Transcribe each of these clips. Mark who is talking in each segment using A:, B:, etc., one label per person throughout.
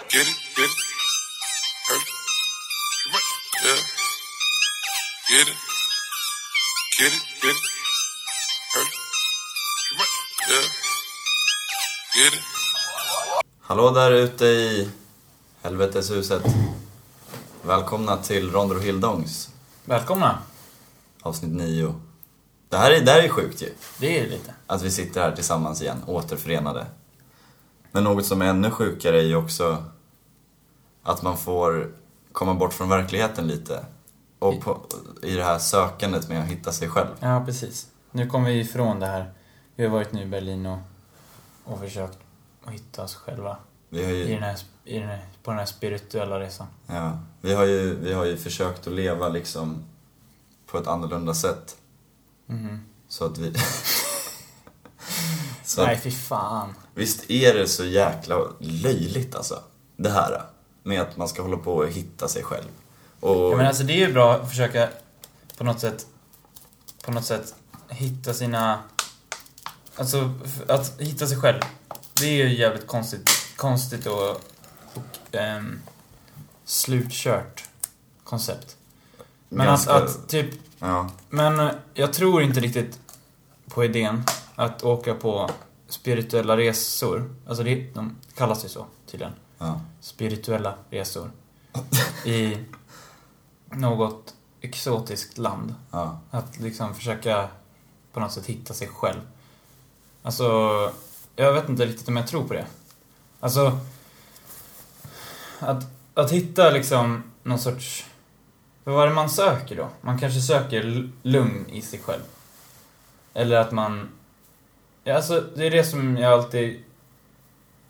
A: Get it? Get it? Hurt? Come on. Yeah. Get it? Get it? Get it? Hurt? Come on. Yeah. Get it?
B: Hallå där ute i helveteshuset. Välkomna till Ronder och Hildongs
C: Välkomna!
B: avsnitt 9. Det här, är, det här är sjukt ju,
C: Det är det lite.
B: att vi sitter här tillsammans igen, återförenade. Men något som är ännu sjukare är ju också att man får komma bort från verkligheten lite. Och på, i det här sökandet med att hitta sig själv.
C: Ja, precis. Nu kommer vi ifrån det här. Vi har varit nu i Berlin och, och försökt att hitta oss själva
B: Vi har
C: i
B: ju,
C: den här, i den här, på den här spirituella resan.
B: ja, vi har ju, vi har ju försökt att leva liksom på ett annorlunda sätt.
C: Mhm.
B: Så att vi... så
C: Nej,
B: att,
C: fy fan.
B: visst är det så jäkla löjligt alltså, det här med att man ska hålla på och hitta sig själv. Och,
C: Ja, men alltså det är ju bra att försöka på något sätt, på något sätt hitta sina... Alltså, f- att hitta sig själv. Det är ju jävligt konstigt, konstigt och, och ehm, slutkört koncept. Men
B: ganska-
C: att, att typ
B: Ja,
C: Men eh, jag tror inte riktigt på idén att åka på spirituella resor. Alltså det, de kallas ju så tydligen.
B: ja.
C: Spirituella resor. I något exotiskt land.
B: Ja,
C: Att liksom försöka på något sätt hitta sig själv. Alltså, jag vet inte riktigt om jag tror på det. Alltså, att, att hitta liksom någon sorts... För vad är det man söker då? Man kanske söker l- lugn i sig själv. Eller att man... Ja, alltså, det är det som jag alltid...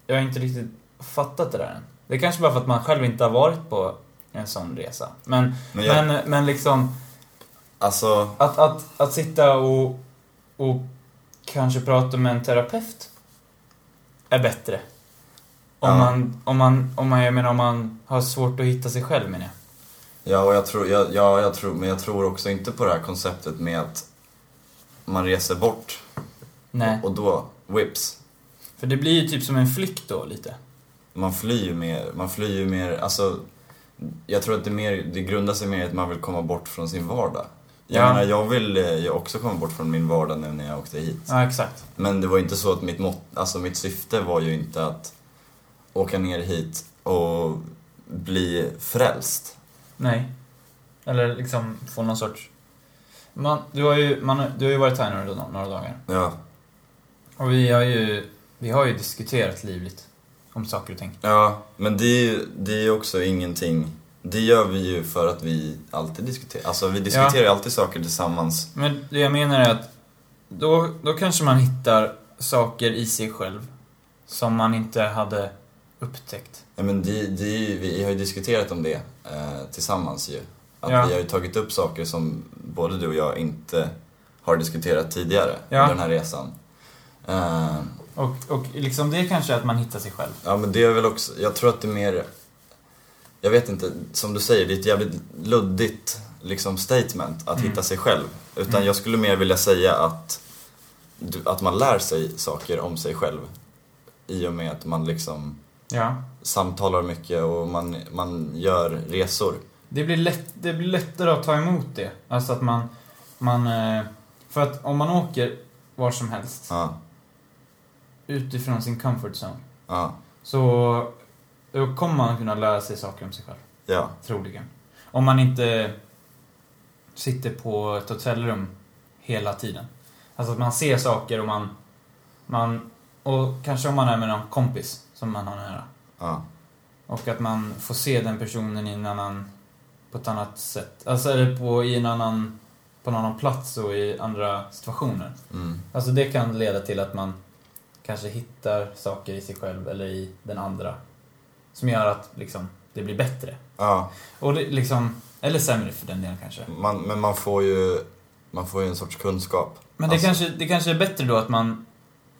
C: Jag har inte riktigt fattat det där än. Det är kanske bara för att man själv inte har varit på en sån resa. Men,
B: Men jag-
C: men, men liksom...
B: alltså,
C: Att, att, att sitta och, och kanske prata med en terapeut är bättre. Om,
B: Ja.
C: man, om, man, om man, jag menar om man har svårt att hitta sig själv menar jag.
B: ja och jag tror, ja, ja, jag tror, men jag tror också inte på det här konceptet med att man reser bort
C: Nej,
B: och då, whips,
C: för det blir ju typ som en flykt då lite.
B: man flyr ju mer, man flyr ju mer, alltså jag tror att det, mer, det grundar sig mer i att man vill komma bort från sin vardag. Jag
C: Ja.
B: menar, jag vill eh, jag också komma bort från min vardag nu när jag åkte hit.
C: Ja, exakt.
B: Men det var inte så att mitt, mått, alltså mitt syfte var ju inte att åka ner hit och bli frälst.
C: Nej. Eller liksom få någon sorts... Man, du, har ju, man, har- du har ju varit här några, några dagar.
B: Ja,
C: Och vi har ju, vi har ju diskuterat livligt om saker och ting.
B: ja men det är ju det är ju också ingenting. Det gör vi ju för att vi alltid diskuterar. Alltså vi diskuterar ju alltid saker tillsammans.
C: Men det jag menar är att då, då kanske man hittar saker i sig själv som man inte hade upptäckt.
B: Ja, men det, det är ju, vi har ju diskuterat om det eh, tillsammans ju. Att
C: Ja.
B: vi har ju tagit upp saker som både du och jag inte har diskuterat tidigare
C: Ja.
B: under den här resan. Eh,
C: Och, och liksom det kanske är att man hittar sig själv.
B: Ja men det är väl också, jag tror att det är mer, jag vet inte, som du säger, det är ett jävligt luddigt liksom statement att
C: Mm.
B: hitta sig själv. Utan
C: Mm.
B: jag skulle mer vilja säga att, du- att man lär sig saker om sig själv. I och med att man liksom
C: Ja.
B: samtalar mycket och man, man gör resor.
C: Det blir, lätt, det blir lättare att ta emot det. Alltså att man, man... eh, För att om man åker var som helst
B: Ja,
C: utifrån sin comfort zone
B: ja,
C: så då kommer man kunna lära sig saker om sig själv.
B: ja,
C: Troligen. Om man inte sitter på ett hotellrum hela tiden. Alltså att man ser saker och man... man och kanske om man är med någon kompis som man har nära.
B: ja.
C: Och att man får se den personen i en annan... På ett annat sätt. Alltså eller på, i en annan... På en annan plats och i andra situationer.
B: Mm.
C: Alltså det kan leda till att man kanske hittar saker i sig själv eller i den andra. Som gör att liksom, det blir bättre.
B: Ja,
C: Och det, liksom, eller sämre för den delen kanske.
B: man, men man får ju, man får ju en sorts kunskap.
C: Men det,
B: Alltså-
C: kanske, det kanske är bättre då att man,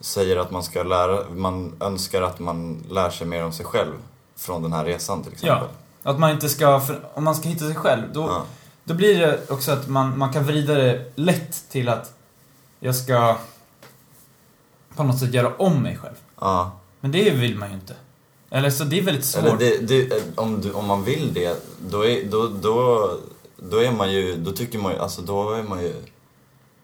B: säger att man ska lära, man önskar att man lär sig mer om sig själv från den här resan till exempel.
C: att man inte ska, för, om man ska hitta sig själv, då,
B: Ja.
C: då blir det också att man, man kan vrida det lätt till att jag ska på något sätt göra om mig själv.
B: Ja.
C: Men det vill man ju inte. Eller så det är väldigt svårt.
B: Eller det, det, om, du, om man vill det, då är, då, då, då är man ju, då tycker man ju, alltså då är man ju,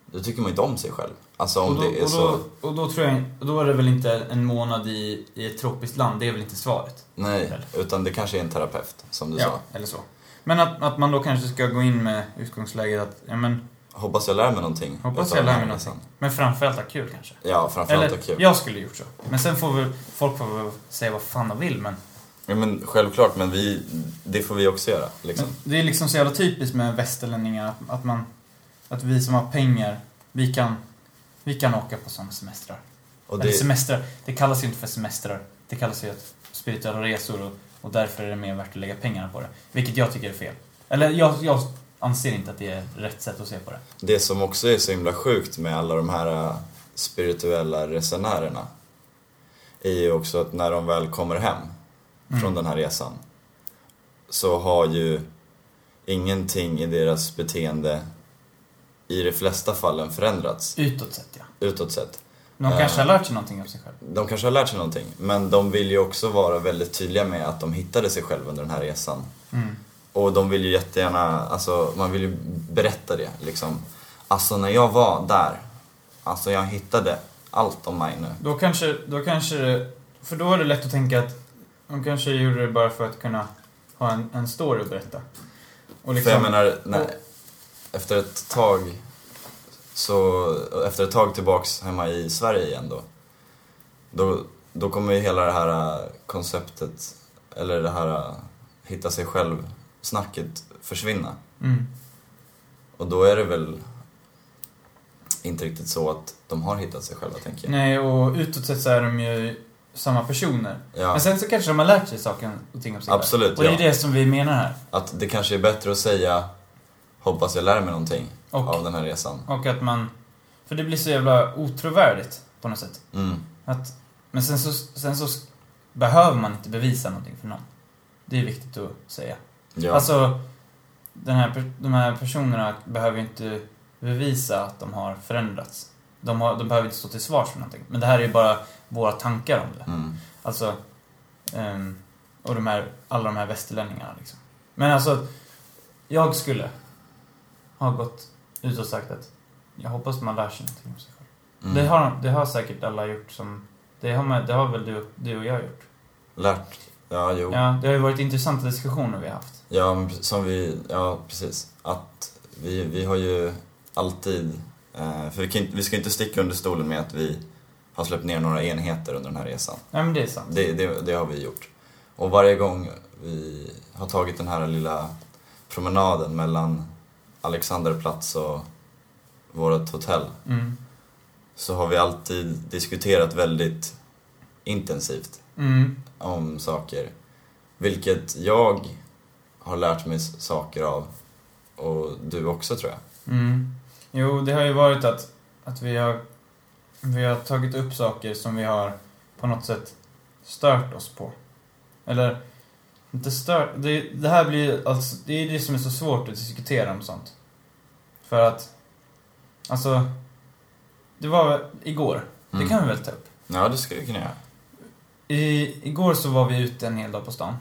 B: då tycker man ju inte om sig själv. Alltså om
C: och, då,
B: det är
C: och,
B: så,
C: då, och då tror jag, då är det väl inte en månad i, i ett tropiskt land, det är väl inte svaret?
B: nej, utan det kanske är en terapeut som du sa.
C: eller så. Men att, att man då kanske ska gå in med utgångsläget att, ja men,
B: Hoppas jag lär mig någonting.
C: hoppas
B: utav den
C: jag lär
B: här
C: mig
B: resan.
C: någonting. Men framförallt ha kul kanske.
B: Ja, framförallt
C: eller,
B: ha kul.
C: jag skulle gjort så. Men sen får väl, folk får väl säga vad fan de vill men
B: Ja, men självklart, men vi, det får vi också göra. Liksom.
C: Men det är liksom så jävla typiskt med västerlänningar att, att man... Att vi som har pengar, vi kan... Vi kan åka på sådana semestrar.
B: Och
C: Eller
B: det,
C: semestrar, det kallas ju inte för semestrar. Det kallas ju att spirituella resor och, och därför är det mer värt att lägga pengarna på det. Vilket jag tycker är fel. Eller jag, jag anser inte att det är rätt sätt att se på det.
B: det som också är så himla sjukt med alla de här äh, spirituella resenärerna är ju också att när de väl kommer hem
C: Mm.
B: från den här resan så har ju ingenting i deras beteende i de flesta fallen förändrats
C: Utåt sett ja.
B: utåt sett.
C: De
B: Eh.
C: kanske har lärt sig någonting av sig själv.
B: De kanske har lärt sig någonting men de vill ju också vara väldigt tydliga med att de hittade sig själva under den här resan.
C: Mm.
B: Och de vill ju jättegärna, alltså man vill ju berätta det liksom. Alltså när jag var där, alltså jag hittade allt om mig nu.
C: Då kanske, då kanske det, För då är det lätt att tänka att de kanske gjorde det bara för att kunna ha en, en story att berätta. Och liksom-
B: För jag menar, när, efter ett tag så, efter ett tag tillbaks hemma i Sverige igen då, då, då kommer ju hela det här äh, konceptet, eller det här äh, hitta sig själv-snacket försvinna.
C: Mm.
B: Och då är det väl inte riktigt så att de har hittat sig själva tänker jag.
C: Nej, och utåt sett så är de ju samma personer.
B: Ja.
C: Men sen så kanske de har lärt sig saker och ting om sig själva.
B: Absolut,
C: Och det är
B: ja.
C: det som vi menar här.
B: Att det kanske är bättre att säga hoppas jag lär mig någonting
C: Och,
B: av den här resan.
C: och att man... För det blir så jävla otrovärdigt på något sätt.
B: Mm.
C: Att, men sen så, sen så s- behöver man inte bevisa någonting för någon. Det är viktigt att säga.
B: Ja.
C: Alltså, den här, per- de här personerna behöver ju inte bevisa att de har förändrats. De, har, de behöver inte stå till svars för någonting. Men det här är ju bara våra tankar om det.
B: mm.
C: Alltså, ehm, och de här, alla de här västerlänningarna liksom. Men alltså, jag skulle ha gått ut och sagt att jag hoppas man lär sig någonting om sig själv.
B: Mm.
C: Det, har, det har säkert alla gjort som, det har, man, det har väl du, du och jag gjort?
B: Lärt. Ja, jo. Ja.
C: Ja, det har ju varit intressanta diskussioner vi har haft.
B: men pre- som vi, ja precis. Att vi, vi har ju alltid, eh, för vi, kan, inte- vi ska inte sticka under stolen med att vi har släppt ner några enheter under den här resan.
C: Nej men det är sant.
B: Det, det, det har vi gjort. Och varje gång vi har tagit den här lilla promenaden mellan Alexanderplatz och vårt hotell
C: Mm.
B: så har vi alltid diskuterat väldigt intensivt
C: Mm.
B: om saker. Vilket jag har lärt mig s- saker av och du också tror jag.
C: Mm. Jo, det har ju varit att, att vi, har, vi har tagit upp saker som vi har på något sätt stört oss på. Eller, inte stört... Det, det här blir ju alltså, det är det som är så svårt att diskutera om sånt. För att, alltså, det var igår, det
B: Mm.
C: kan vi väl ta upp.
B: Ja, det skulle vi kunna göra.
C: I, igår så var vi ute en hel dag på stan.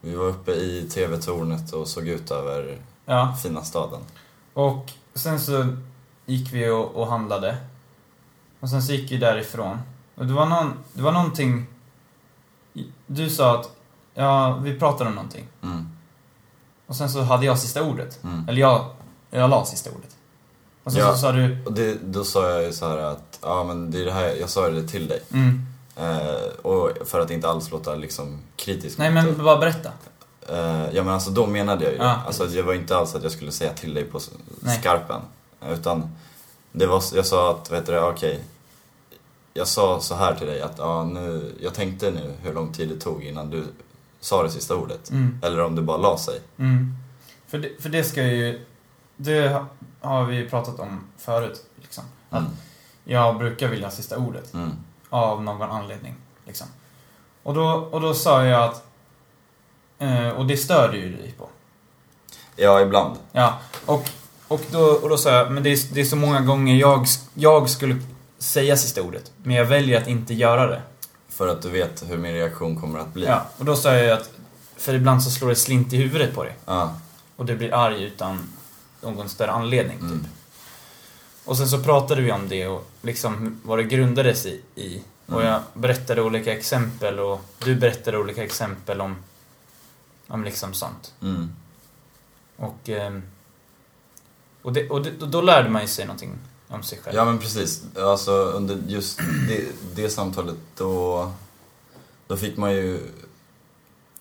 B: Vi var uppe i TV-tornet och såg ut över
C: Ja,
B: fina staden.
C: Och sen så gick vi och, och handlade. Och sen så gick vi därifrån. Och det var, någon, det var någonting... Du sa att, ja, vi pratade om någonting.
B: Mm,
C: Och sen så hade jag sista ordet.
B: mm.
C: Eller jag, jag la sista ordet. Och sen
B: Ja.
C: så sa du,
B: Och det, då sa jag ju så här att, ja men det är det här, jag sa ju det till dig.
C: mm,
B: Eh, och för att inte alls låta liksom kritisk.
C: nej
B: mot
C: men
B: dig.
C: bara berätta.
B: Eh, ja men alltså då menade jag ju
C: Ja,
B: Alltså det var inte alls att jag skulle säga till dig på s-
C: Nej.
B: skarpen. Utan det var, jag sa att, vet du det, okej. jag sa så här till dig att, ja nu, jag tänkte nu hur lång tid det tog innan du sa det sista ordet.
C: Mm,
B: Eller om det bara la sig.
C: mm. För, det, för det ska ju, det ha- har vi ju pratat om förut. Liksom. Att
B: Mm.
C: jag brukar vilja ha sista ordet.
B: Mm.
C: av någon anledning. Liksom. Och, då, och då sa jag att... Eh, och det störde ju dig på.
B: Ja, ibland.
C: Ja, och, och, då, och då sa jag, men det är, det är så många gånger jag, jag skulle säga sista ordet, men jag väljer att inte göra det.
B: För att du vet hur min reaktion kommer att bli.
C: Ja, och då sa jag ju att... För ibland så slår det slint i huvudet på dig.
B: Ja,
C: Och du blir arg utan någon större anledning, typ.
B: mm.
C: Och sen så pratade vi om det och liksom vad det grundades i. i. Och jag berättade olika exempel och du berättade olika exempel om, om liksom sånt.
B: Mm.
C: Och, ehm, och, det, och det, då- då lärde man ju sig någonting om sig själv.
B: ja men precis. Alltså under just det, det samtalet då, då fick man ju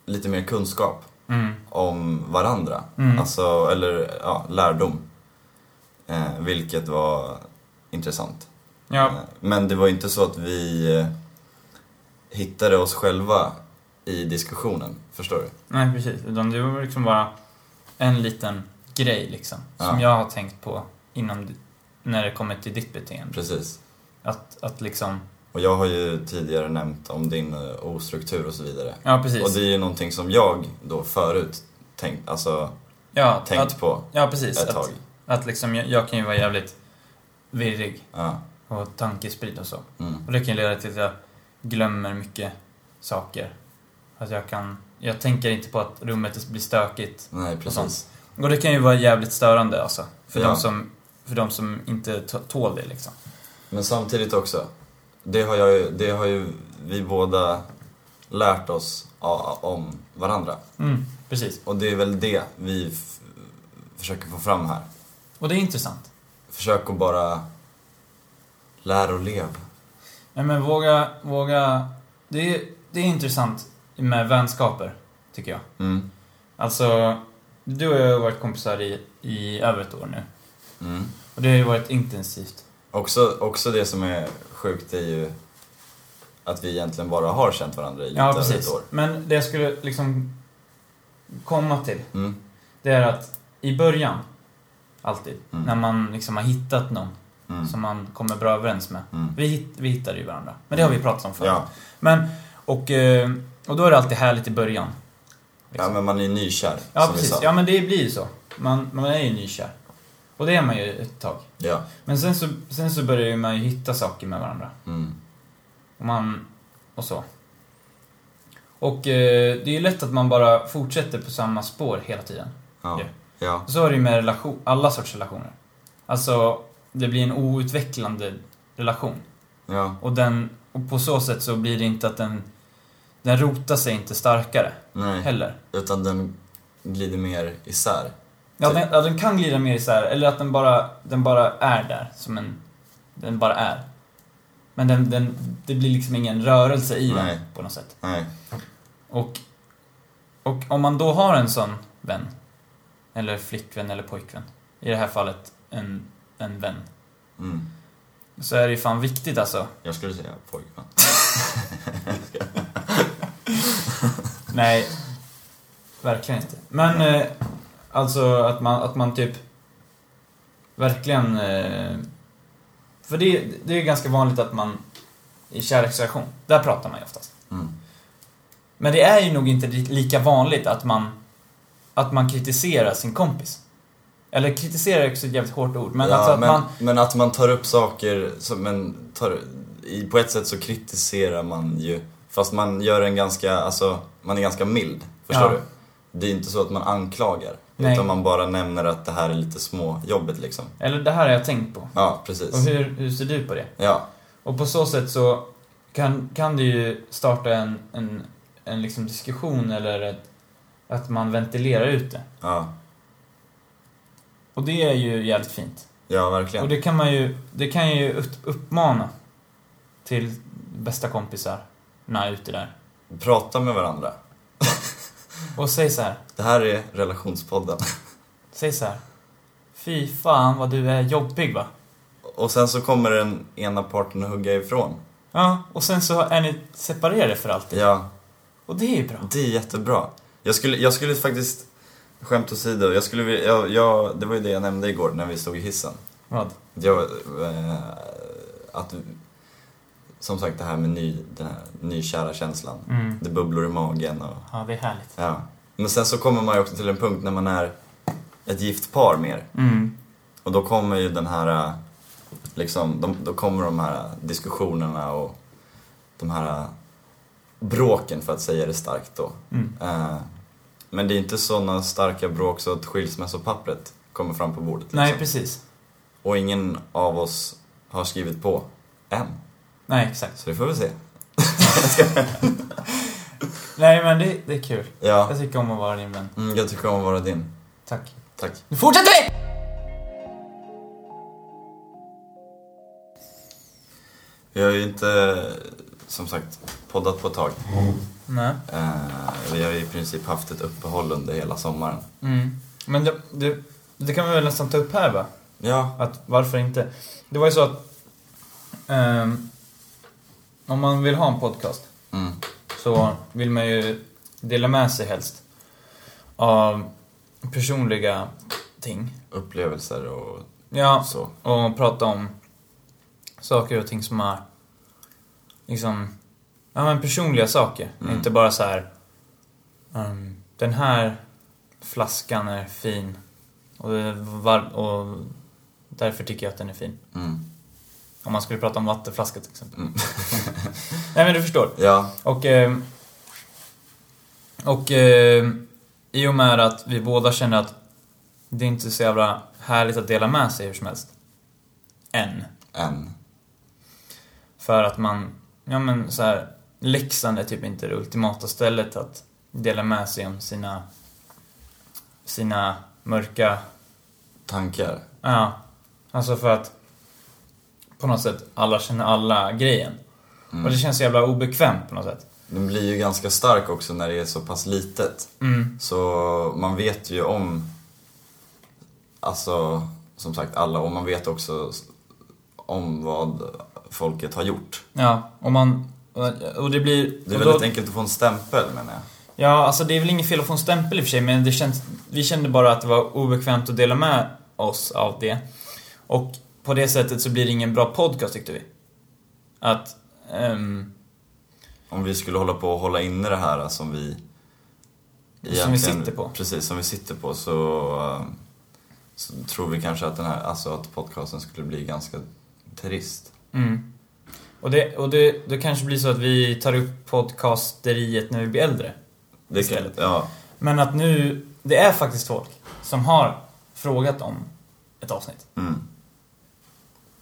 B: lite mer kunskap
C: Mm.
B: om varandra.
C: Mm.
B: Alltså, eller ja, lärdom. Eh, vilket var intressant.
C: Ja,
B: Eh, Men det var inte så att vi eh, hittade oss själva i diskussionen, förstår du?
C: nej precis. Utan det var liksom bara en liten grej liksom. Som
B: Ja.
C: jag har tänkt på inom, di- när det kommer till ditt beteende.
B: Precis.
C: Att, att liksom,
B: Och jag har ju tidigare nämnt om din eh, ostruktur och så vidare.
C: ja precis.
B: Och det är ju någonting som jag då förut tänkt, alltså,
C: ja,
B: tänkt
C: att,
B: på
C: ja, precis.
B: ett
C: Att,
B: tag.
C: Att liksom, jag, jag kan ju vara jävligt virrig
B: Ja.
C: och tankesprid och så.
B: Mm.
C: Och det kan ju leda till att jag glömmer mycket saker. Att jag kan... Jag tänker inte på att rummet blir stökigt.
B: Nej,
C: sånt.
B: precis.
C: Och det kan ju vara jävligt störande alltså. För,
B: Ja.
C: de, som, för de som inte t- tål det liksom.
B: Men samtidigt också, det har, jag, ju- det har ju vi båda lärt oss a- om varandra.
C: Mm, precis.
B: Och det är väl det vi f- försöker få fram här.
C: Och det är intressant.
B: Försök att bara lära och leva.
C: Nej men våga... våga det, är, det är intressant med vänskaper, tycker jag.
B: Mm.
C: Alltså, du och jag har varit kompisar i, i över ett år nu.
B: Mm.
C: Och det har ju varit intensivt.
B: Också, också det som är sjukt är ju att vi egentligen bara har känt varandra i lite
C: Ja,
B: över ett
C: precis.
B: år.
C: Men det jag skulle liksom komma till,
B: Mm.
C: det är att i början, alltid,
B: Mm.
C: när man liksom har hittat någon
B: Mm.
C: som man kommer bra överens med.
B: Mm.
C: Vi, hitt, vi hittade ju varandra, men det har vi pratat om förut.
B: Ja.
C: Men, och, eh, och då är det alltid härligt i början.
B: ja, men man är nykär.
C: Ja,
B: som vi
C: precis.
B: sa.
C: Ja, men det blir ju så. Man, man är ju nykär. Och det är man ju ett tag.
B: Ja.
C: Men sen så, sen så börjar ju man ju hitta saker med varandra.
B: Mm.
C: Och man... Och så. Och eh, det är ju lätt att man bara fortsätter på samma spår hela tiden.
B: Ja.
C: Ja.
B: Ja.
C: Så är det ju med relation, alla sorts relationer. Alltså, det blir en outvecklande relation.
B: Ja.
C: Och, den, och på så sätt så blir det inte att den... Den rotar sig inte starkare
B: Nej.
C: heller.
B: Utan den glider mer isär.
C: Ja,
B: Typ.
C: den, ja, den kan glida mer isär, eller att den bara, den bara är där. Som en... Den bara är. Men den, den, det blir liksom ingen rörelse i
B: Nej.
C: den på något sätt.
B: Nej.
C: Och, och om man då har en sån vän, eller flickvän eller pojkvän, i det här fallet en, en vän,
B: Mm.
C: så är det ju fan viktigt alltså.
B: Jag skulle säga pojkvän.
C: Nej, verkligen inte. Men eh, alltså att man, att man typ verkligen... Eh, för det, det är ju ganska vanligt att man i kärleksrelation, där pratar man ju oftast.
B: Mm.
C: Men det är ju nog inte li- lika vanligt att man, att man kritiserar sin kompis. Eller kritiserar är också ett jävligt hårt ord, men
B: ja,
C: alltså att
B: men,
C: man...
B: men att man tar upp saker, som, men tar, i, på ett sätt så kritiserar man ju, fast man gör en ganska, alltså, man är ganska mild, förstår
C: Ja.
B: du? Det är inte så att man anklagar,
C: Nej.
B: utan man bara nämner att det här är lite småjobbigt liksom.
C: Eller det här har jag tänkt på.
B: Ja,
C: Och
B: precis.
C: hur, hur ser du på det?
B: Ja,
C: Och på så sätt så kan, kan det ju starta en, en, en liksom diskussion eller ett, att man ventilerar ut det.
B: ja,
C: Och det är ju jävligt fint.
B: ja
C: Och
B: verkligen.
C: det kan man ju, det kan ju upp- uppmana till bästa kompisarna ute där.
B: Prata med varandra.
C: Och säg så här,
B: Det här är relationspodden.
C: säg så här. Fy fan vad du är jobbig va?
B: Och sen så kommer den ena parten att hugga ifrån.
C: Ja, och sen så är ni separerade för alltid.
B: Ja,
C: Och det är ju bra.
B: Det är jättebra. Jag skulle, jag skulle faktiskt, skämt åsido, jag skulle vilja- jag, jag, det var ju det jag nämnde igår när vi stod i hissen.
C: Vad?
B: Jag, eh, att, som sagt det här med ny, den här nykära känslan.
C: Mm.
B: Det bubblor i magen och,
C: Ja, det är härligt.
B: ja. Men sen så kommer man ju också till en punkt när man är ett gift par mer.
C: Mm.
B: Och då kommer ju den här, eh, liksom, de, då kommer de här diskussionerna och de här eh, bråken för att säga det starkt då.
C: Mm.
B: Eh, Men det är inte sådana starka bråk så att skilsmässopappret kommer fram på bordet. Liksom.
C: Nej, precis.
B: Och ingen av oss har skrivit på än.
C: Nej, exakt.
B: Så det får vi se.
C: Nej, men det, det är kul.
B: Ja,
C: Jag tycker om att vara din vän.
B: mm, jag tycker om att vara din.
C: Tack.
B: Tack.
C: Nu fortsätter vi!
B: Vi har ju inte, som sagt, poddat på ett tag.
C: Mm. Nej.
B: Eh, Vi har ju i princip haft ett uppehåll under hela sommaren.
C: Mm. Men det, det, det kan vi väl nästan ta upp här va?
B: Ja.
C: Att varför inte? Det var ju så att... ehm, om man vill ha en podcast
B: Mm.
C: så vill man ju dela med sig helst av personliga ting.
B: Upplevelser och
C: Ja,
B: så.
C: och prata om saker och ting som är liksom, ja men personliga saker.
B: Mm.
C: Inte bara så här. ehm, den här flaskan är fin och, det var, och därför tycker jag att den är fin.
B: Mm.
C: Om man skulle prata om vattenflaska till exempel.
B: Mm.
C: Nej men du förstår.
B: Ja.
C: Och, ehm, och ehm, i och med att vi båda känner att det är inte så jävla härligt att dela med sig hur som helst. Än.
B: En.
C: För att man, ja men så här, Leksand är typ inte det ultimata stället att dela med sig om sina, sina mörka,
B: Tankar.
C: ja, alltså för att på något sätt alla känner alla grejen. Och det känns så jävla obekvämt på något sätt.
B: Den blir ju ganska stark också när det är så pass litet.
C: Mm,
B: Så man vet ju om, alltså som sagt alla, och man vet också s- om vad folket har gjort.
C: ja, och man, och det blir...
B: Det är
C: och då-
B: väldigt enkelt att få en stämpel menar jag.
C: Ja, alltså det är väl inget fel att få en stämpel i och för sig, men det känns, vi kände bara att det var obekvämt att dela med oss av det. Och på det sättet så blir det ingen bra podcast tyckte vi. Att, ehm,
B: Om vi skulle hålla på och hålla inne det här som vi... egentligen-
C: sitter på.
B: Precis, som vi sitter på så, eh, så tror vi kanske att, den här, alltså att podcasten skulle bli ganska trist.
C: mm. Och, det, och det, det kanske blir så att vi tar upp podcasteriet när vi blir äldre.
B: Det
C: Istället.
B: ja,
C: Men att nu, det är faktiskt folk som har frågat om ett avsnitt.
B: mm.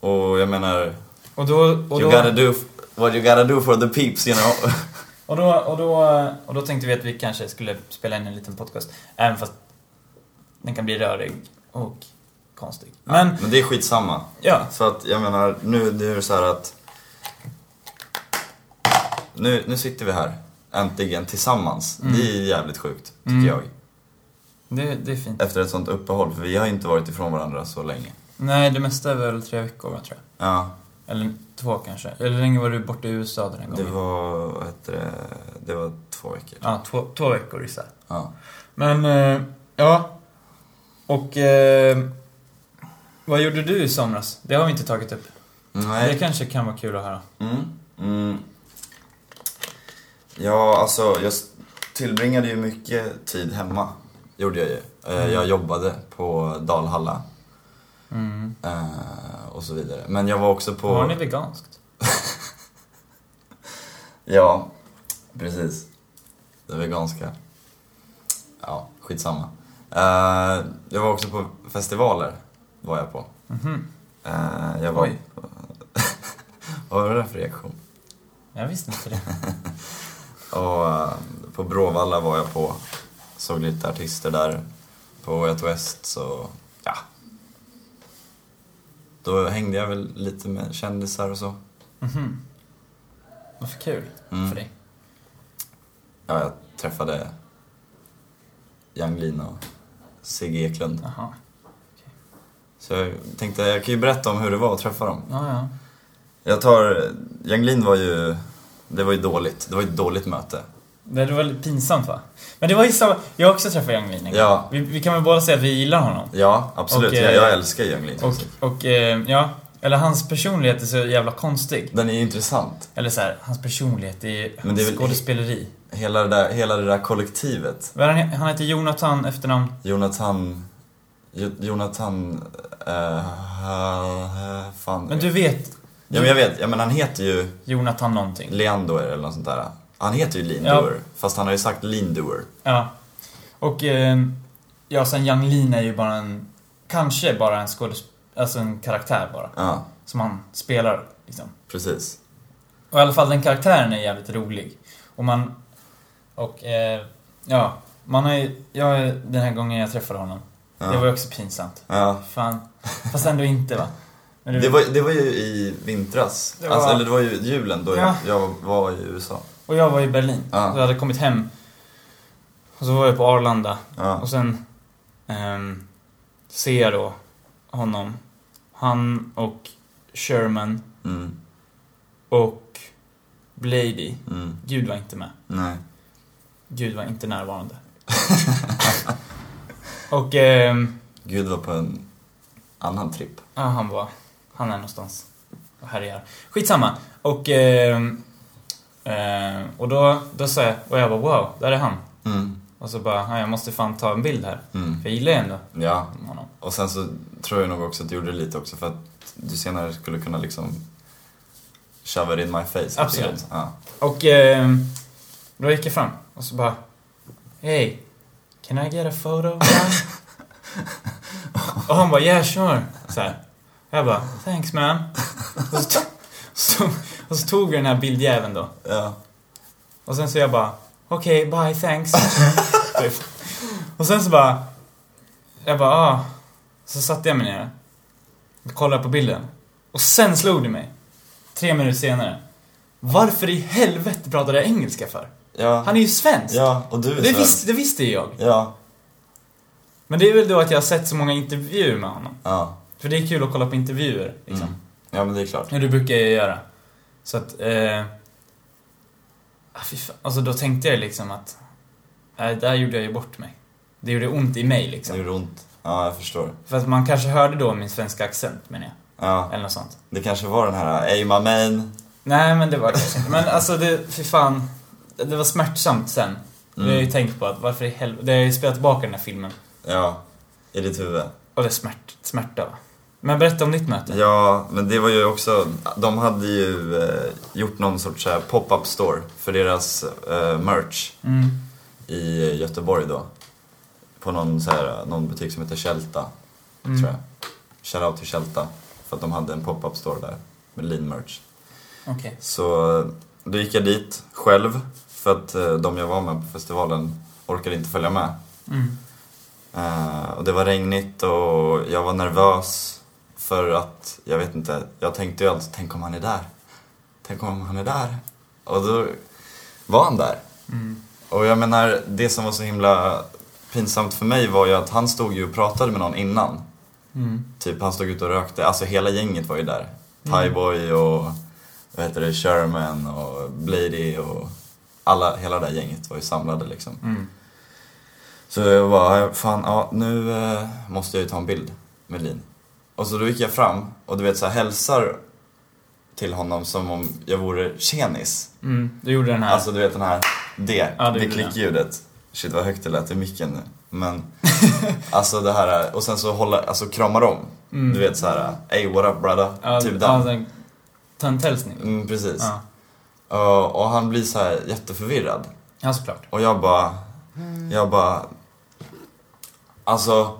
B: Och jag menar,
C: Och då, och
B: you
C: då,
B: gotta do f- what you gotta do for the peeps, you know.
C: och då, och då, och då tänkte vi att vi kanske skulle spela in en liten podcast. Även fast den kan bli rörig och konstig. Men,
B: Men det är skitsamma.
C: ja.
B: För att jag menar, nu det är det så här att... Nu, nu sitter vi här, äntligen, tillsammans.
C: Mm.
B: Det är jävligt sjukt, tycker
C: Mm.
B: jag.
C: Det, det är fint.
B: efter ett sånt uppehåll, för vi har ju inte varit ifrån varandra så länge.
C: Nej, det mesta är väl tre veckor, va, tror jag.
B: Ja,
C: Eller två kanske. Eller hur länge var du borta i USA den här
B: det
C: gången?
B: var, vad heter det, det var två veckor.
C: Ja, två, två veckor gissar jag.
B: Ja.
C: Men, eh, ja. Och, eh, vad gjorde du i somras? Det har vi inte tagit upp. Det
B: Nej.
C: kanske kan vara kul att höra.
B: Mm. Mm. Ja, alltså jag s- tillbringade ju mycket tid hemma. Gjorde jag ju. Eh, Jag jobbade på Dalhalla
C: Mm.
B: eh, och så vidare. Men jag var också på...
C: Var ni veganskt?
B: Ja, precis. Det veganska. Ja, skitsamma. Eh, jag var också på festivaler. Var jag på.
C: Mhm.
B: Eh, jag var...
C: Oj.
B: Vad var det där för reaktion?
C: Jag visste inte det.
B: Och eh, på Bråvalla var jag på. Såg lite artister där. På Way Out West så, ja. Då hängde jag väl lite med kändisar och så.
C: Mhm. Vad för kul
B: Mm.
C: för dig.
B: Ja, jag träffade Janglin och Sigge Eklund.
C: Jaha.
B: Så jag tänkte, jag kan ju berätta om hur det var att träffa dem.
C: Ja, ja.
B: Jag tar, Janglin var ju, det var ju dåligt. Det var ju ett dåligt möte.
C: Det var lite pinsamt va? Men det var ju samma... Jag har också träffat Yang Lin en gång.
B: Ja.
C: vi, vi kan väl båda säga att vi gillar honom.
B: Ja, absolut.
C: Och,
B: jag,
C: eh,
B: jag älskar Janglin.
C: Och, och eh, ja, eller hans personlighet är så jävla konstig.
B: Den är ju intressant.
C: Eller så här, hans personlighet, det är
B: Men
C: hans
B: det är väl-
C: skådespeleri.
B: Hela det där, hela det där kollektivet.
C: Vad är Han, han heter Jonathan efternamn.
B: Jonathan... Jo, Jonathan... Uh, fan.
C: Men du vet
B: Ja, men jag vet. Ja, men han heter ju
C: Jonathan någonting?
B: Leandor eller något sånt där. Han heter ju Lean
C: Ja.
B: Doer, fast han har ju sagt Lean Doer.
C: Ja. Och eh, ja, sen Yang Lin är ju bara en, kanske bara en skådespelare, alltså en karaktär bara,
B: Ja,
C: som han spelar liksom.
B: precis.
C: Och i alla fall den karaktären är jävligt rolig. Och man... Och eh, ja, man har ju... Jag, den här gången jag träffade honom,
B: Ja.
C: det var ju också pinsamt.
B: ja.
C: Fan. Fast ändå inte va? Men
B: Det, var, det var ju i vintras,
C: Mm. Det
B: alltså,
C: var-
B: eller det var ju julen då
C: Ja.
B: jag, jag var i USA.
C: Och jag var i Berlin.
B: Ja.
C: Så jag hade kommit hem. Och så var jag på Arlanda.
B: Ja.
C: Och sen ehm, ser jag då honom. Han och Sherman
B: Mm,
C: och Blady.
B: mm,
C: Gud var inte med.
B: nej.
C: Gud var inte närvarande. och ehm,
B: Gud var på en annan tripp.
C: Ja, han var... Han är någonstans och härjar. Skitsamma. Och... ehm, Eh, och då, då sa jag... Och jag bara wow, där är han.
B: Mm,
C: Och så bara, "Ja, jag måste fan ta en bild här.
B: mm.
C: För jag gillar ju ändå
B: Ja,
C: honom.
B: och sen så tror jag nog också att du gjorde det lite också för att du senare skulle kunna liksom shove it in my face. lite
C: Absolut.
B: grann. Ja.
C: Och ehm, då gick jag fram och så bara... Hey, can I get a photo? man?" och han bara yeah sure. Så här. Jag bara thanks man. Och så, to- så, och så tog vi den här bildjäveln då.
B: Ja.
C: Och sen så jag bara, okej, bye, thanks. typ. Och sen så bara, jag bara, ah. Så satte jag mig ner och kollade på bilden. Och sen slog det mig, tre minuter senare. Varför i helvete pratade jag engelska för?
B: Ja.
C: Han är ju svensk!
B: ja, och du är
C: det,
B: svensk.
C: visste, det visste ju jag.
B: Ja,
C: Men det är väl då att jag har sett så många intervjuer med honom.
B: ja.
C: För det är kul att kolla på intervjuer, liksom.
B: Mm. Ja men det är klart.
C: Ja, det brukar jag göra. Så att... Eh, ah, fy fan. Alltså, då tänkte jag liksom att... Nej, där gjorde jag ju bort mig. Det gjorde ont i mig
B: Det
C: liksom.
B: gjorde ont. Ja, jag förstår.
C: För att man kanske hörde då min svenska accent, menar jag.
B: Ja,
C: Eller något sånt.
B: det kanske var den här Ey my man.
C: Nej, men det var det kanske inte. Men alltså, det... Fy fan. Det var smärtsamt sen. Det
B: Mm.
C: har jag ju tänkt på att varför i helvete... Det har jag ju spelat tillbaka den här filmen.
B: Ja, i ditt huvud.
C: Och det är smärt, smärta, va? Men berätta om ditt möte.
B: Ja, men det var ju också, de hade ju eh, gjort någon sorts så här pop-up store för deras eh, merch
C: Mm.
B: i Göteborg då. På någon, så här, eh, någon butik som heter Kälta,
C: Mm.
B: tror jag. Shoutout till Kälta, för att de hade en pop-up store där med lean merch.
C: Okej.
B: Så eh, då gick jag dit själv för att eh, de jag var med på festivalen orkade inte följa med.
C: Mm.
B: Eh, och det var regnigt och jag var nervös för att, jag vet inte, jag tänkte ju alltid tänk om han är där? Tänk om han är där? Och då var han där.
C: Mm.
B: Och jag menar, det som var så himla pinsamt för mig var ju att han stod ju och pratade med någon innan.
C: Mm.
B: Typ han stod ute och rökte, alltså hela gänget var ju där. Thaiboy och vad heter det, Sherman och Blady och alla, hela det där gänget var ju samlade liksom.
C: Mm.
B: Så jag bara, fan ja, nu eh, måste jag ju ta en bild med Lin. Och så då gick jag fram och du vet så här, hälsar till honom som om jag vore tjenis.
C: Mm. Du gjorde den här.
B: Alltså du vet den här, det,
C: Ja, det
B: det,
C: gjorde
B: klickljudet. Shit vad högt det lät i micken nu. Men alltså det här, och sen så hålla, alltså kramar om.
C: Mm.
B: Du vet så här, ey what up brother,
C: Ja,
B: typ
C: ja,
B: den.
C: sån här tanthälsning.
B: Mm, precis.
C: Ja.
B: Ja, och han blir så här jätteförvirrad.
C: ja, såklart.
B: Och jag bara, jag bara, alltså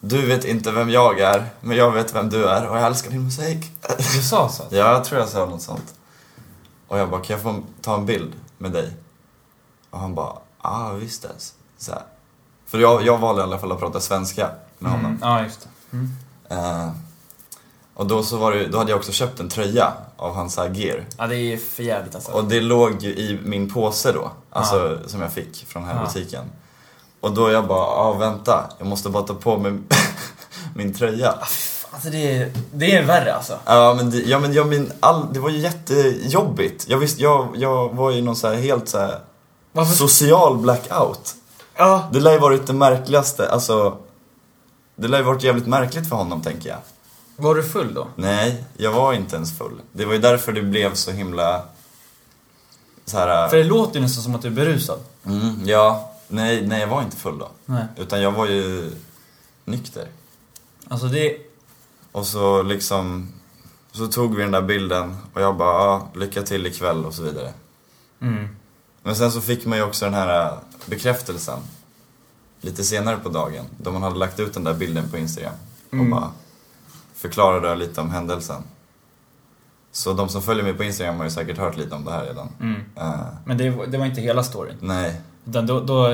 B: du vet inte vem jag är, men jag vet vem du är och jag älskar din musik.
C: Du sa så?
B: Ja, jag tror jag sa något sånt. Och jag bara, kan jag få ta en bild med dig? Och han bara, ah visst ens. Så här. För jag, jag valde i alla fall att prata svenska med honom.
C: Mm. Ja, just det. Mm.
B: Eh, och då så var det, ju- då hade jag också köpt en tröja av hans så här gear.
C: Ja, det är för jävligt alltså.
B: Och det låg ju i min påse då, alltså som jag fick från den här
C: Ja.
B: butiken. Och då jag bara, ah vänta, jag måste bara ta på mig min tröja.
C: Alltså det är, det är värre alltså.
B: Ja men, det, ja, men, ja, men all, det var ju jättejobbigt. Jag, visste, jag, jag var ju någon så här helt så här
C: Varför?
B: social blackout.
C: Ja.
B: Det lär ju varit det märkligaste, alltså. Det lär ju varit jävligt märkligt för honom tänker jag.
C: Var du full då?
B: Nej, jag var inte ens full. Det var ju därför det blev så himla... Så här,
C: För det låter ju nästan som att du är berusad.
B: Mm, ja. Nej, nej, jag var inte full då.
C: Nej.
B: Utan jag var ju nykter.
C: Alltså det är...
B: Och så liksom... Så tog vi den där bilden och jag bara, ah, lycka till ikväll och så vidare.
C: Mm.
B: Men sen så fick man ju också den här äh, bekräftelsen lite senare på dagen då man hade lagt ut den där bilden på Instagram
C: Mm.
B: och bara förklarade lite om händelsen. Så de som följer mig på Instagram har ju säkert hört lite om det här redan.
C: Mm.
B: Eh,
C: Men det, var- det var inte hela storyn.
B: nej,
C: Utan då... då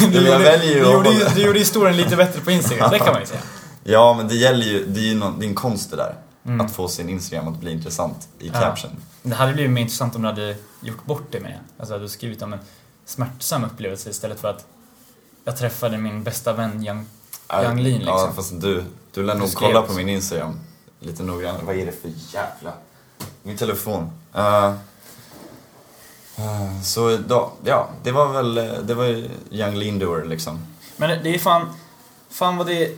B: jag väljer ju
C: du,
B: att
C: gjorde, ju-
B: hålla-
C: du gjorde historien lite bättre på Instagram, det kan man ju säga.
B: ja men det gäller ju, det är ju någon, det är en konst det där.
C: Mm.
B: Att få sin Instagram att bli intressant i
C: Ja.
B: caption.
C: Det hade blivit mer intressant om du hade gjort bort det med det. Alltså att du skrivit om en smärtsam upplevelse istället för att jag träffade min bästa vän Yang, Yang Lin liksom.
B: Ja, fast du, du lär
C: Du
B: nog
C: skrev
B: kolla
C: också.
B: på min Instagram lite noggrannare. Vad är det för jävla... Min telefon. Eh, eh, så då, ja, det var väl, eh, det var ju Young Lindor liksom.
C: Men det- det är fan, fan vad det är,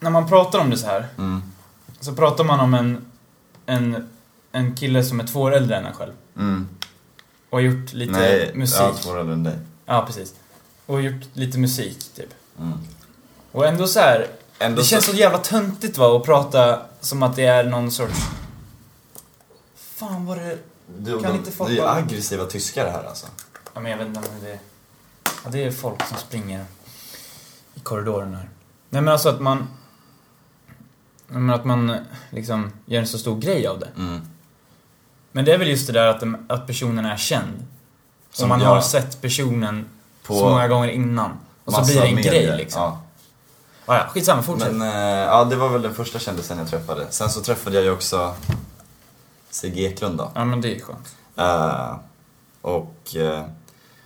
C: när man pratar om det så här
B: Mm,
C: så pratar man om en, en, en kille som är två år äldre än en själv
B: mm.
C: och har gjort lite
B: Nej,
C: musik.
B: Ja,
C: Ja.
B: svårare än dig.
C: precis. Och har gjort lite musik typ.
B: Mm.
C: Och ändå så här,
B: Ändå
C: det känns så jävla töntigt va att prata som att det är någon sorts Fan vad det...
B: du,
C: kan
B: de,
C: inte folk
B: det är ju
C: bara-
B: aggressiva tyskar här alltså.
C: Ja men jag vet inte om det är... Ja, det är folk som springer i korridoren här. Nej men alltså att man... Nej, men att man eh, liksom gör en så stor grej av det.
B: Mm.
C: Men det är väl just det där att, de- att personen är känd. Som
B: Som
C: man
B: jag-
C: har sett personen
B: På
C: så många gånger innan. Och så
B: massa
C: blir det en grej
B: medier,
C: liksom.
B: Ja.
C: Ah, ja, skitsamma, fortsätt.
B: Men eh, ja, det var väl den första kändisen jag träffade. Sen så träffade jag ju också Sigge Eklund då.
C: Ja men det är skönt.
B: Eh, och eh,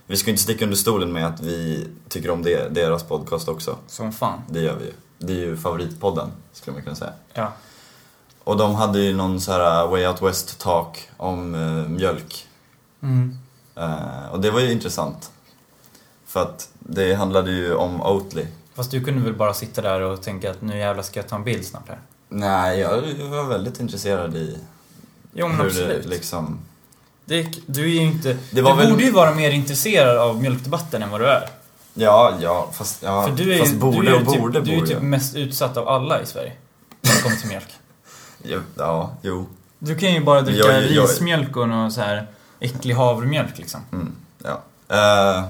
B: vi ska inte sticka under stolen med att vi tycker om det, deras podcast också.
C: Som fan.
B: Det gör vi ju. Det är ju favoritpodden, skulle man kunna säga.
C: Ja.
B: Och de hade ju någon så här eh, Way Out West talk om eh, mjölk.
C: Mm.
B: Eh, och det var ju intressant. För att det handlade ju om Oatly.
C: Fast du kunde väl bara sitta där och tänka att nu jävlar ska jag ta en bild snart här.
B: Nej, jag var väldigt intresserad i
C: Jo men
B: hur
C: absolut.
B: det liksom...
C: Det, du är ju inte...
B: Det var
C: du
B: väl-
C: borde ju vara mer intresserad av mjölkdebatten än vad du är.
B: Ja, ja, fast... Ja,
C: För du är
B: fast
C: ju,
B: borde
C: du är ju
B: och
C: typ,
B: borde
C: Du är ju
B: borde
C: typ mest utsatt av alla i Sverige. När det kommer till mjölk.
B: Ja, Ja, jo.
C: Du kan ju bara dricka
B: Jag- jag-
C: rismjölk och någon så här äcklig havremjölk liksom.
B: Mm, ja. Eh,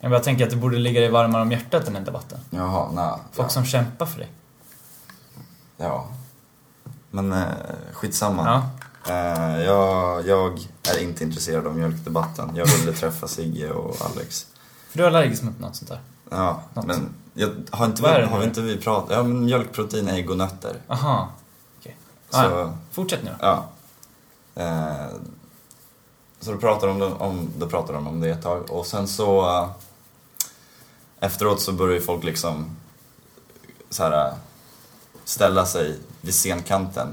C: Jag bara tänker att det borde ligga dig varmare om hjärtat än den debatten.
B: Jaha, nej.
C: Folk
B: ja.
C: som kämpar för dig.
B: ja. Men eh, skitsamma.
C: Ja.
B: Eh, jag, jag är inte intresserad av mjölkdebatten. Jag ville träffa Sigge och Alex.
C: För du är allergisk mot något sånt där.
B: Ja,
C: Något.
B: men jag, har inte
C: Vad är
B: vi,
C: det
B: har
C: nu?
B: vi inte vi pratat... Ja, men mjölkprotein, ägg och nötter.
C: Aha. Okej.
B: Så,
C: Ah, ja. Fortsätt nu då.
B: ja. Eh, så då pratade de om, då pratade de om det ett tag och sen så eh, efteråt så började ju folk liksom så här eh, ställa sig vid scenkanten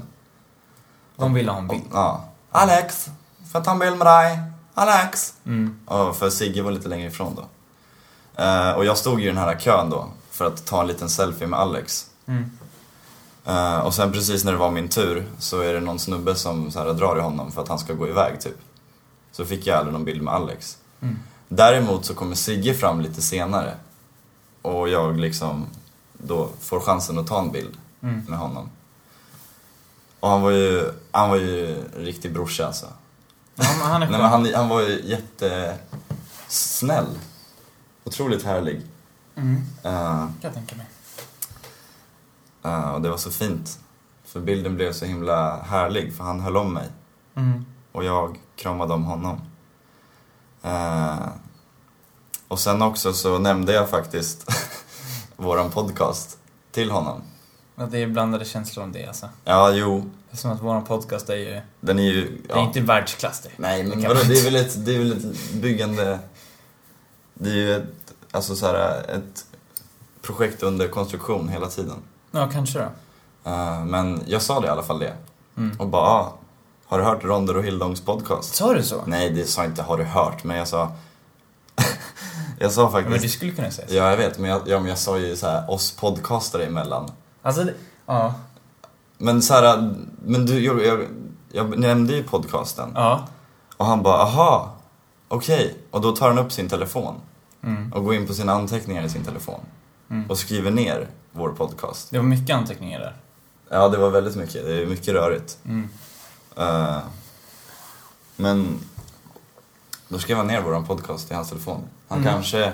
C: De vill ha en
B: Och,
C: bild.
B: ja. Alex, får jag ta en bild med dig? Alex!
C: Mm.
B: Ja, för Sigge var lite längre ifrån då. Eh, och jag stod ju i den här kön då för att ta en liten selfie med Alex.
C: Mm.
B: Eh, och sen precis när det var min tur så är det någon snubbe som så här, drar i honom för att han ska gå iväg typ. Så fick jag aldrig någon bild med Alex.
C: Mm.
B: Däremot så kommer Sigge fram lite senare och jag liksom då får chansen att ta en bild
C: Mm.
B: med honom. Och han var ju, han var ju en riktig brorsa alltså.
C: Ja, men han är
B: Nej, men han, han var ju jättesnäll. Otroligt härlig.
C: Mm.
B: Eh,
C: Kan jag tänka mig.
B: eh, och det var så fint. För bilden blev så himla härlig för han höll om mig.
C: Mm.
B: och jag kramade om honom. Eh, och sen också så nämnde jag faktiskt våran podcast till honom.
C: Att det är blandade känslor om det alltså.
B: Ja, jo,
C: Det är som att våran podcast är ju...
B: den är ju...
C: Det är
B: Ja.
C: inte världsklass det.
B: Nej, men
C: Det kan
B: vadå,
C: man
B: det är väl ett, det är väl ett byggande... Det är ju ett, alltså så här, ett projekt under konstruktion hela tiden.
C: Ja, kanske då.
B: Eh, men jag sa det i alla fall det.
C: Mm.
B: Och bara, ah, har du hört Ronder och Hildongs podcast?
C: Sa du så?
B: Nej, det sa jag inte har du hört, men jag sa... jag sa
C: Ja, men
B: faktiskt...
C: du skulle kunna säga så.
B: Ja, jag vet, men jag, ja, men jag sa ju så här oss podcastare emellan.
C: Alltså, det- ja.
B: Men så här, men du, jag, jag, jag nämnde ju podcasten.
C: Ja.
B: Och han bara, aha, okej. Och då tar han upp sin telefon
C: Mm.
B: och går in på sina anteckningar i sin telefon.
C: Mm.
B: Och skriver ner vår podcast.
C: Det var mycket anteckningar där.
B: Ja, det var väldigt mycket. Det är mycket rörigt.
C: Mm.
B: Eh, Men då skrev han ner våran podcast i hans telefon. Han
C: Mm.
B: kanske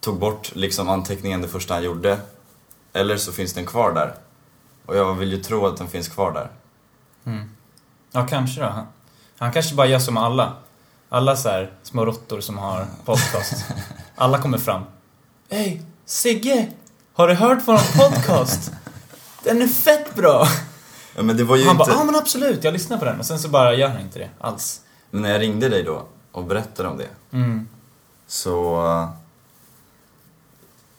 B: tog bort liksom anteckningen det första han gjorde. Eller så finns den kvar där. Och jag vill ju tro att den finns kvar där.
C: Mm. Ja, kanske då. Han, han kanske bara gör som alla. Alla så här små råttor som har podcast. Alla kommer fram. Hej, Sigge! Har du hört våran podcast? Den är fett bra!
B: Ja, men det var ju
C: Han bara,
B: inte...
C: ja ah, men absolut, jag lyssnar på den. Och sen så bara gör han inte det alls.
B: Men när jag ringde dig då och berättade om det
C: Mm.
B: så...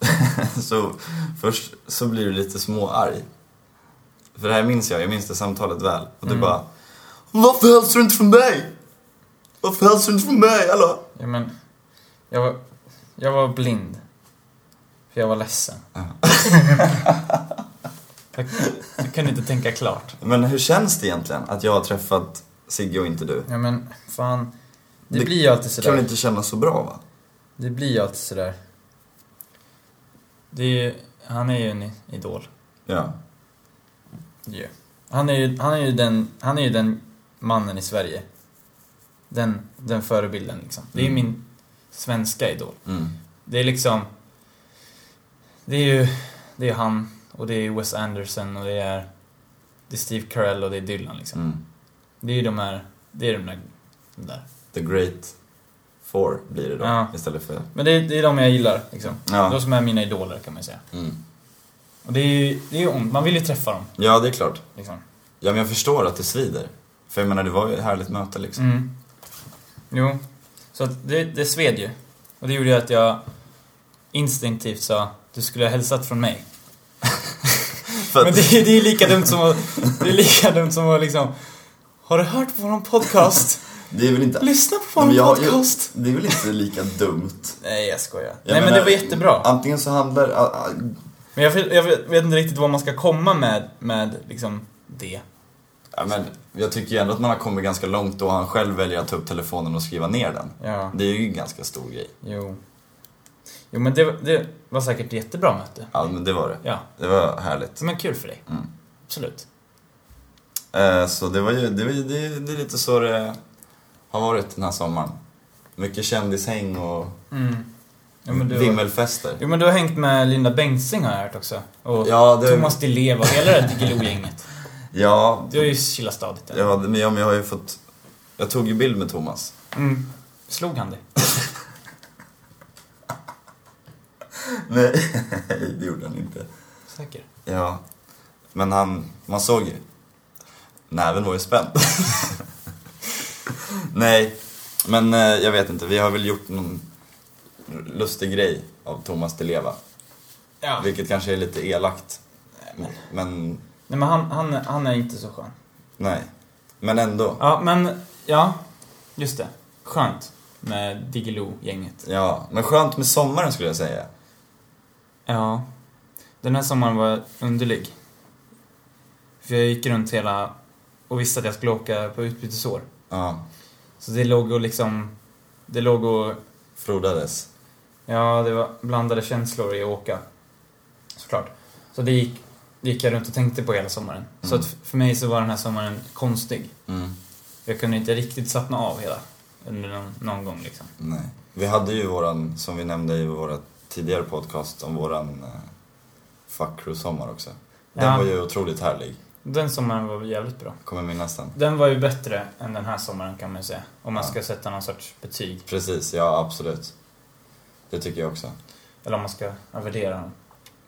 B: eh, så först så blir du lite småarg. För det här minns jag, jag minns det samtalet väl. Och
C: Mm.
B: du bara... Varför hälsar du inte från mig? Varför hälsar du inte från mig? Hallå?
C: Ja, men, jag var, jag var blind. För jag var ledsen. jag, jag kunde inte tänka klart.
B: Men hur känns det egentligen att jag har träffat Sigge och inte du?
C: Ja men, fan. Det,
B: Det
C: blir ju alltid sådär.
B: kan väl inte kännas så bra va?
C: Det blir ju alltid sådär. Det är ju, han är ju en idol.
B: Ja.
C: Han, är ju, han, är ju den, han är ju den mannen i Sverige. Den, den förebilden liksom. Det är ju
B: Mm.
C: min svenska idol.
B: Mm.
C: Det är liksom... Det är ju det är han och det är Wes Anderson och det är, det är Steve Carell och det är Dylan liksom.
B: Mm.
C: Det är ju de här... Det är de där... De där.
B: The great four blir det då
C: Ja.
B: istället för...
C: Men det är, det är de jag gillar liksom. De
B: Ja.
C: som är mina idoler kan man ju säga.
B: Mm.
C: Och det är ju, det är ju ont. Man vill ju träffa dem
B: ja, det är klart.
C: liksom.
B: Ja, men jag förstår att det svider. För jag menar, det var ju ett härligt möte liksom.
C: Mm. Jo. Så att det, det sved ju. Och det gjorde ju att jag instinktivt sa du skulle ha hälsat från mig.
B: För
C: Men
B: att,
C: det, är- det är ju lika dumt som att, det är lika dumt som att liksom Har du hört på våran podcast?
B: det är väl inte...
C: Lyssna på
B: Nej,
C: våran
B: men jag-
C: podcast!
B: Det är väl inte lika dumt?
C: Nej jag skojar.
B: Jag
C: Nej men
B: menar,
C: det var jättebra.
B: Antingen så handlar... ah, ah,
C: Men jag, vet- jag vet vet inte riktigt vad man ska komma med, med liksom det.
B: Ja, men jag tycker ju ändå att man har kommit ganska långt då han själv väljer att ta upp telefonen och skriva ner den.
C: Ja,
B: Det är ju en ganska stor grej.
C: jo. Jo men det, det var säkert ett jättebra möte.
B: Ja, men det var det.
C: Ja,
B: Det var härligt.
C: men kul för dig.
B: Mm.
C: Absolut.
B: Eh, Så det var ju, det, var ju det, det är lite så det har varit den här sommaren. Mycket kändishäng och
C: Mm. Ja, men du,
B: vimmelfester.
C: Jo men du har hängt med Linda Bengtzing har jag hört också. Och
B: Ja, det,
C: Thomas Di Leva och hela det här Diggiloo-gänget.
B: ja,
C: Du har ju chillat stadigt där.
B: ja, men jag, men jag har ju fått... Jag tog ju bild med Thomas.
C: Mm. Slog han dig?
B: Nej, det gjorde han inte.
C: Säker?
B: Ja, men han, man såg ju. Näven var ju spänd. Nej, men eh, jag vet inte. Vi har väl gjort någon lustig grej av Thomas Di Leva.
C: Ja.
B: Vilket kanske är lite elakt. Men
C: Nej men han, han, han är inte så skön.
B: nej. Men ändå.
C: Ja men, ja. Just det. Skönt. Med Diggiloo-gänget.
B: Ja, men skönt med sommaren skulle jag säga.
C: Ja. Den här sommaren var underlig. För jag gick runt hela och visste att jag skulle åka på utbytesår.
B: Ja,
C: Så det låg och liksom... Det låg och
B: frodades.
C: Ja, det var blandade känslor i att åka. Såklart. Så det gick, det gick jag runt och tänkte på hela sommaren. Så
B: Mm.
C: att f- för mig så var den här sommaren konstig.
B: Mm,
C: Jag kunde inte riktigt slappna av hela. Under någon, någon gång liksom.
B: nej. Vi hade ju våran, som vi nämnde i våra tidigare podcast, om våran eh, fuck crew sommar också. Den
C: Ja.
B: var ju otroligt härlig.
C: Den sommaren var jävligt bra.
B: Kommer minnas den.
C: Den var ju bättre än den här sommaren kan man ju säga. Om man
B: Ja.
C: ska sätta någon sorts betyg.
B: Precis, ja absolut. Det tycker jag också.
C: Eller om man ska ja, värdera den.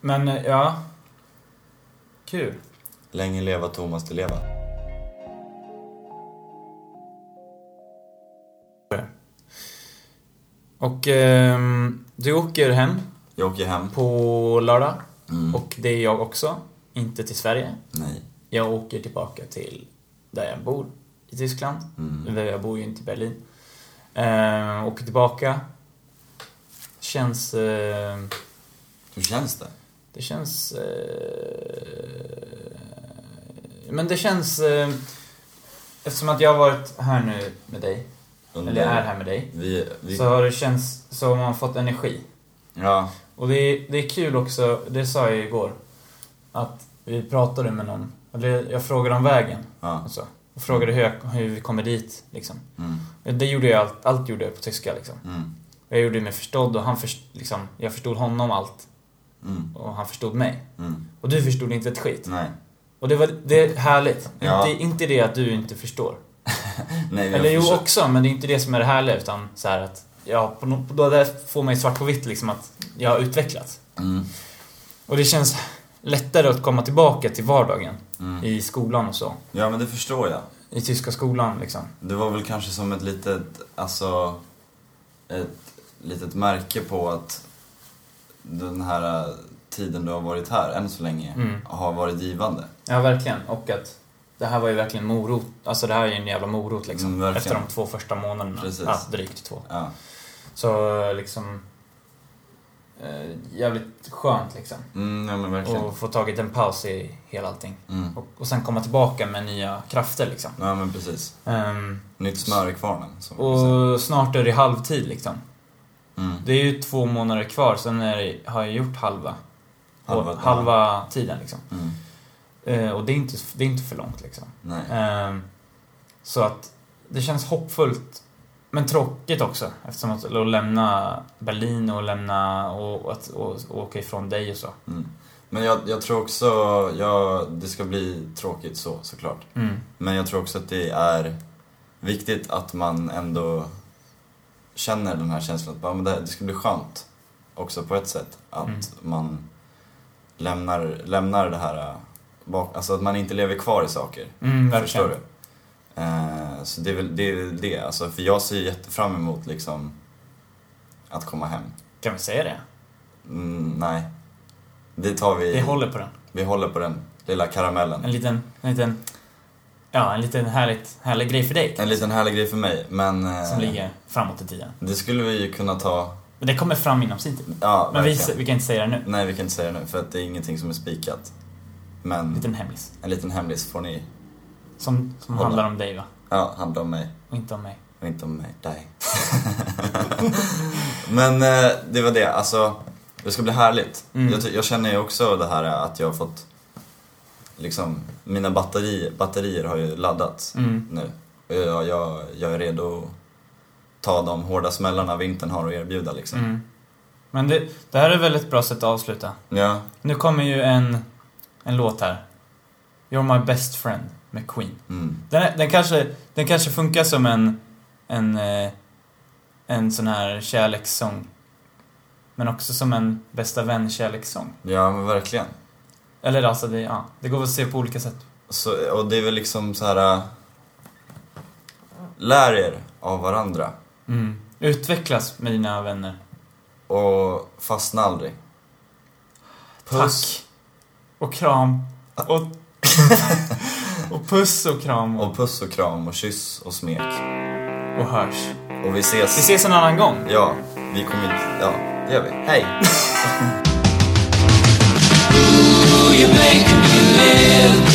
C: Men eh, ja... Kul.
B: Länge leva Thomas Di Leva.
C: Och ehm, du åker hem
B: Jag åker hem.
C: på lördag.
B: Mm.
C: Och det är jag också. Inte till Sverige.
B: Nej.
C: Jag åker tillbaka till där jag bor i Tyskland.
B: Mm.
C: Där jag bor ju inte i Berlin. Eh, åker tillbaka. Känns... Eh,
B: Hur känns det?
C: det känns... Eh, men det känns... Eh, eftersom att jag har varit här nu med dig, eller jag är här med dig,
B: Vi, vi...
C: så har det känts som man fått energi.
B: Ja.
C: Och det är, det är kul också, det sa jag igår, att vi pratade med någon, eller jag frågade om vägen.
B: ja.
C: Och så. Och och frågade hur, jag, hur vi kommer dit. Liksom.
B: Mm.
C: Det gjorde jag, allt, allt gjorde jag på tyska. Liksom.
B: Mm.
C: Jag gjorde mig förstådd och han först, liksom, jag förstod honom allt
B: Mm.
C: och han förstod mig.
B: Mm.
C: Och du förstod inte ett skit.
B: Nej.
C: Och det, var, det är härligt.
B: Ja.
C: Inte, inte det att du inte förstår.
B: Nej, jag
C: Eller jo
B: försöker-
C: också, men det är inte det som är det härliga utan så här att, ja, på, nå- på, då där får man ju svart på vitt liksom att jag har utvecklats.
B: Mm.
C: Och det känns lättare att komma tillbaka till vardagen
B: Mm.
C: i skolan och så.
B: Ja, men det förstår jag.
C: I tyska skolan liksom.
B: Det var väl kanske som ett litet, alltså, ett litet märke på att den här eh, tiden du har varit här, än så länge,
C: Mm.
B: har varit givande.
C: Ja, verkligen. Och att det här var ju verkligen morot. Alltså det här är ju en jävla morot liksom.
B: Mm, verkligen.
C: Efter de två första månaderna.
B: Precis.
C: Ja, drygt två.
B: Ja.
C: Så eh, liksom... Eh, jävligt skönt liksom.
B: Mm, ja men verkligen.
C: Och få tagit en paus i hela allting.
B: Mm.
C: Och, och sen komma tillbaka med nya krafter liksom.
B: Ja men precis.
C: Ehm,
B: Nytt smör i kvarnen. Som man säger.
C: och snart är det halvtid liksom.
B: mm.
C: Det är ju två månader kvar, sen är det, har jag gjort halva.
B: Halva-
C: och, halva tiden liksom.
B: Mm.
C: Eh, och det är, inte, det är inte för långt liksom.
B: Nej.
C: Ehm, så att det känns hoppfullt. Men tråkigt också eftersom att, att lämna Berlin och lämna och, och att och, och åka ifrån dig och så.
B: Mm. Men jag, jag tror också, ja, det ska bli tråkigt så såklart.
C: Mm.
B: Men jag tror också att det är viktigt att man ändå känner den här känslan att bara, men det, här- det ska bli skönt också på ett sätt. Att
C: Mm.
B: man lämnar, lämnar det här äh, bak, alltså att man inte lever kvar i saker.
C: Mm,
B: Förstår
C: verkligen.
B: du? Eh, så det är väl det, är väl det. Alltså, för jag ser ju jättefram emot liksom att komma hem.
C: Kan vi säga det?
B: Mm, nej. Det tar vi.
C: Vi håller på den.
B: vi håller på den lilla karamellen.
C: En liten, en liten, ja en liten härligt, härlig grej för dig.
B: En liten härlig grej för mig, men... eh,
C: Som ligger framåt i tiden.
B: Det skulle vi ju kunna ta...
C: Men det kommer fram inom sin tid.
B: Ja,
C: Men vi,
B: verkligen.
C: vi kan inte säga det nu.
B: Nej, vi kan inte säga det nu för att det är ingenting som är spikat.
C: En
B: Men
C: liten hemlis.
B: en liten hemlis får ni...
C: Som, som
B: Hålla.
C: handlar om dig va?
B: Ja, handla om mig
C: Och inte om mig.
B: och inte om mig. Dig. men eh, det var det, alltså. Det ska bli härligt.
C: Mm.
B: Jag, ty- jag känner ju också det här eh, att jag har fått... Liksom, mina batteri- batterier har ju laddats.
C: Mm.
B: nu. Och Jag, jag, jag är redo att ta de hårda smällarna vintern har att erbjuda liksom.
C: Mm. Men det, det här är väl ett bra sätt att avsluta.
B: Ja,
C: Nu kommer ju en, en låt här. You're my best friend med Queen.
B: mm.
C: Den, är, den, kanske, den kanske funkar som en, en, eh, en sån här kärlekssång. Men också som en bästa vän-kärlekssång.
B: ja men verkligen.
C: Eller alltså, det, ja, det går att se på olika sätt.
B: Så, och det är väl liksom så här. äh, Lär er av varandra
C: Mm. Utvecklas med dina vänner.
B: och fastna aldrig. Puss
C: Tack. Och kram. Och, och puss och kram och,
B: och puss och kram och kyss och smek.
C: och hörs.
B: Och vi ses.
C: Vi ses en annan gång.
B: Ja, vi kommer inte... Ja, det gör vi. Hej!
D: you make me live Oh,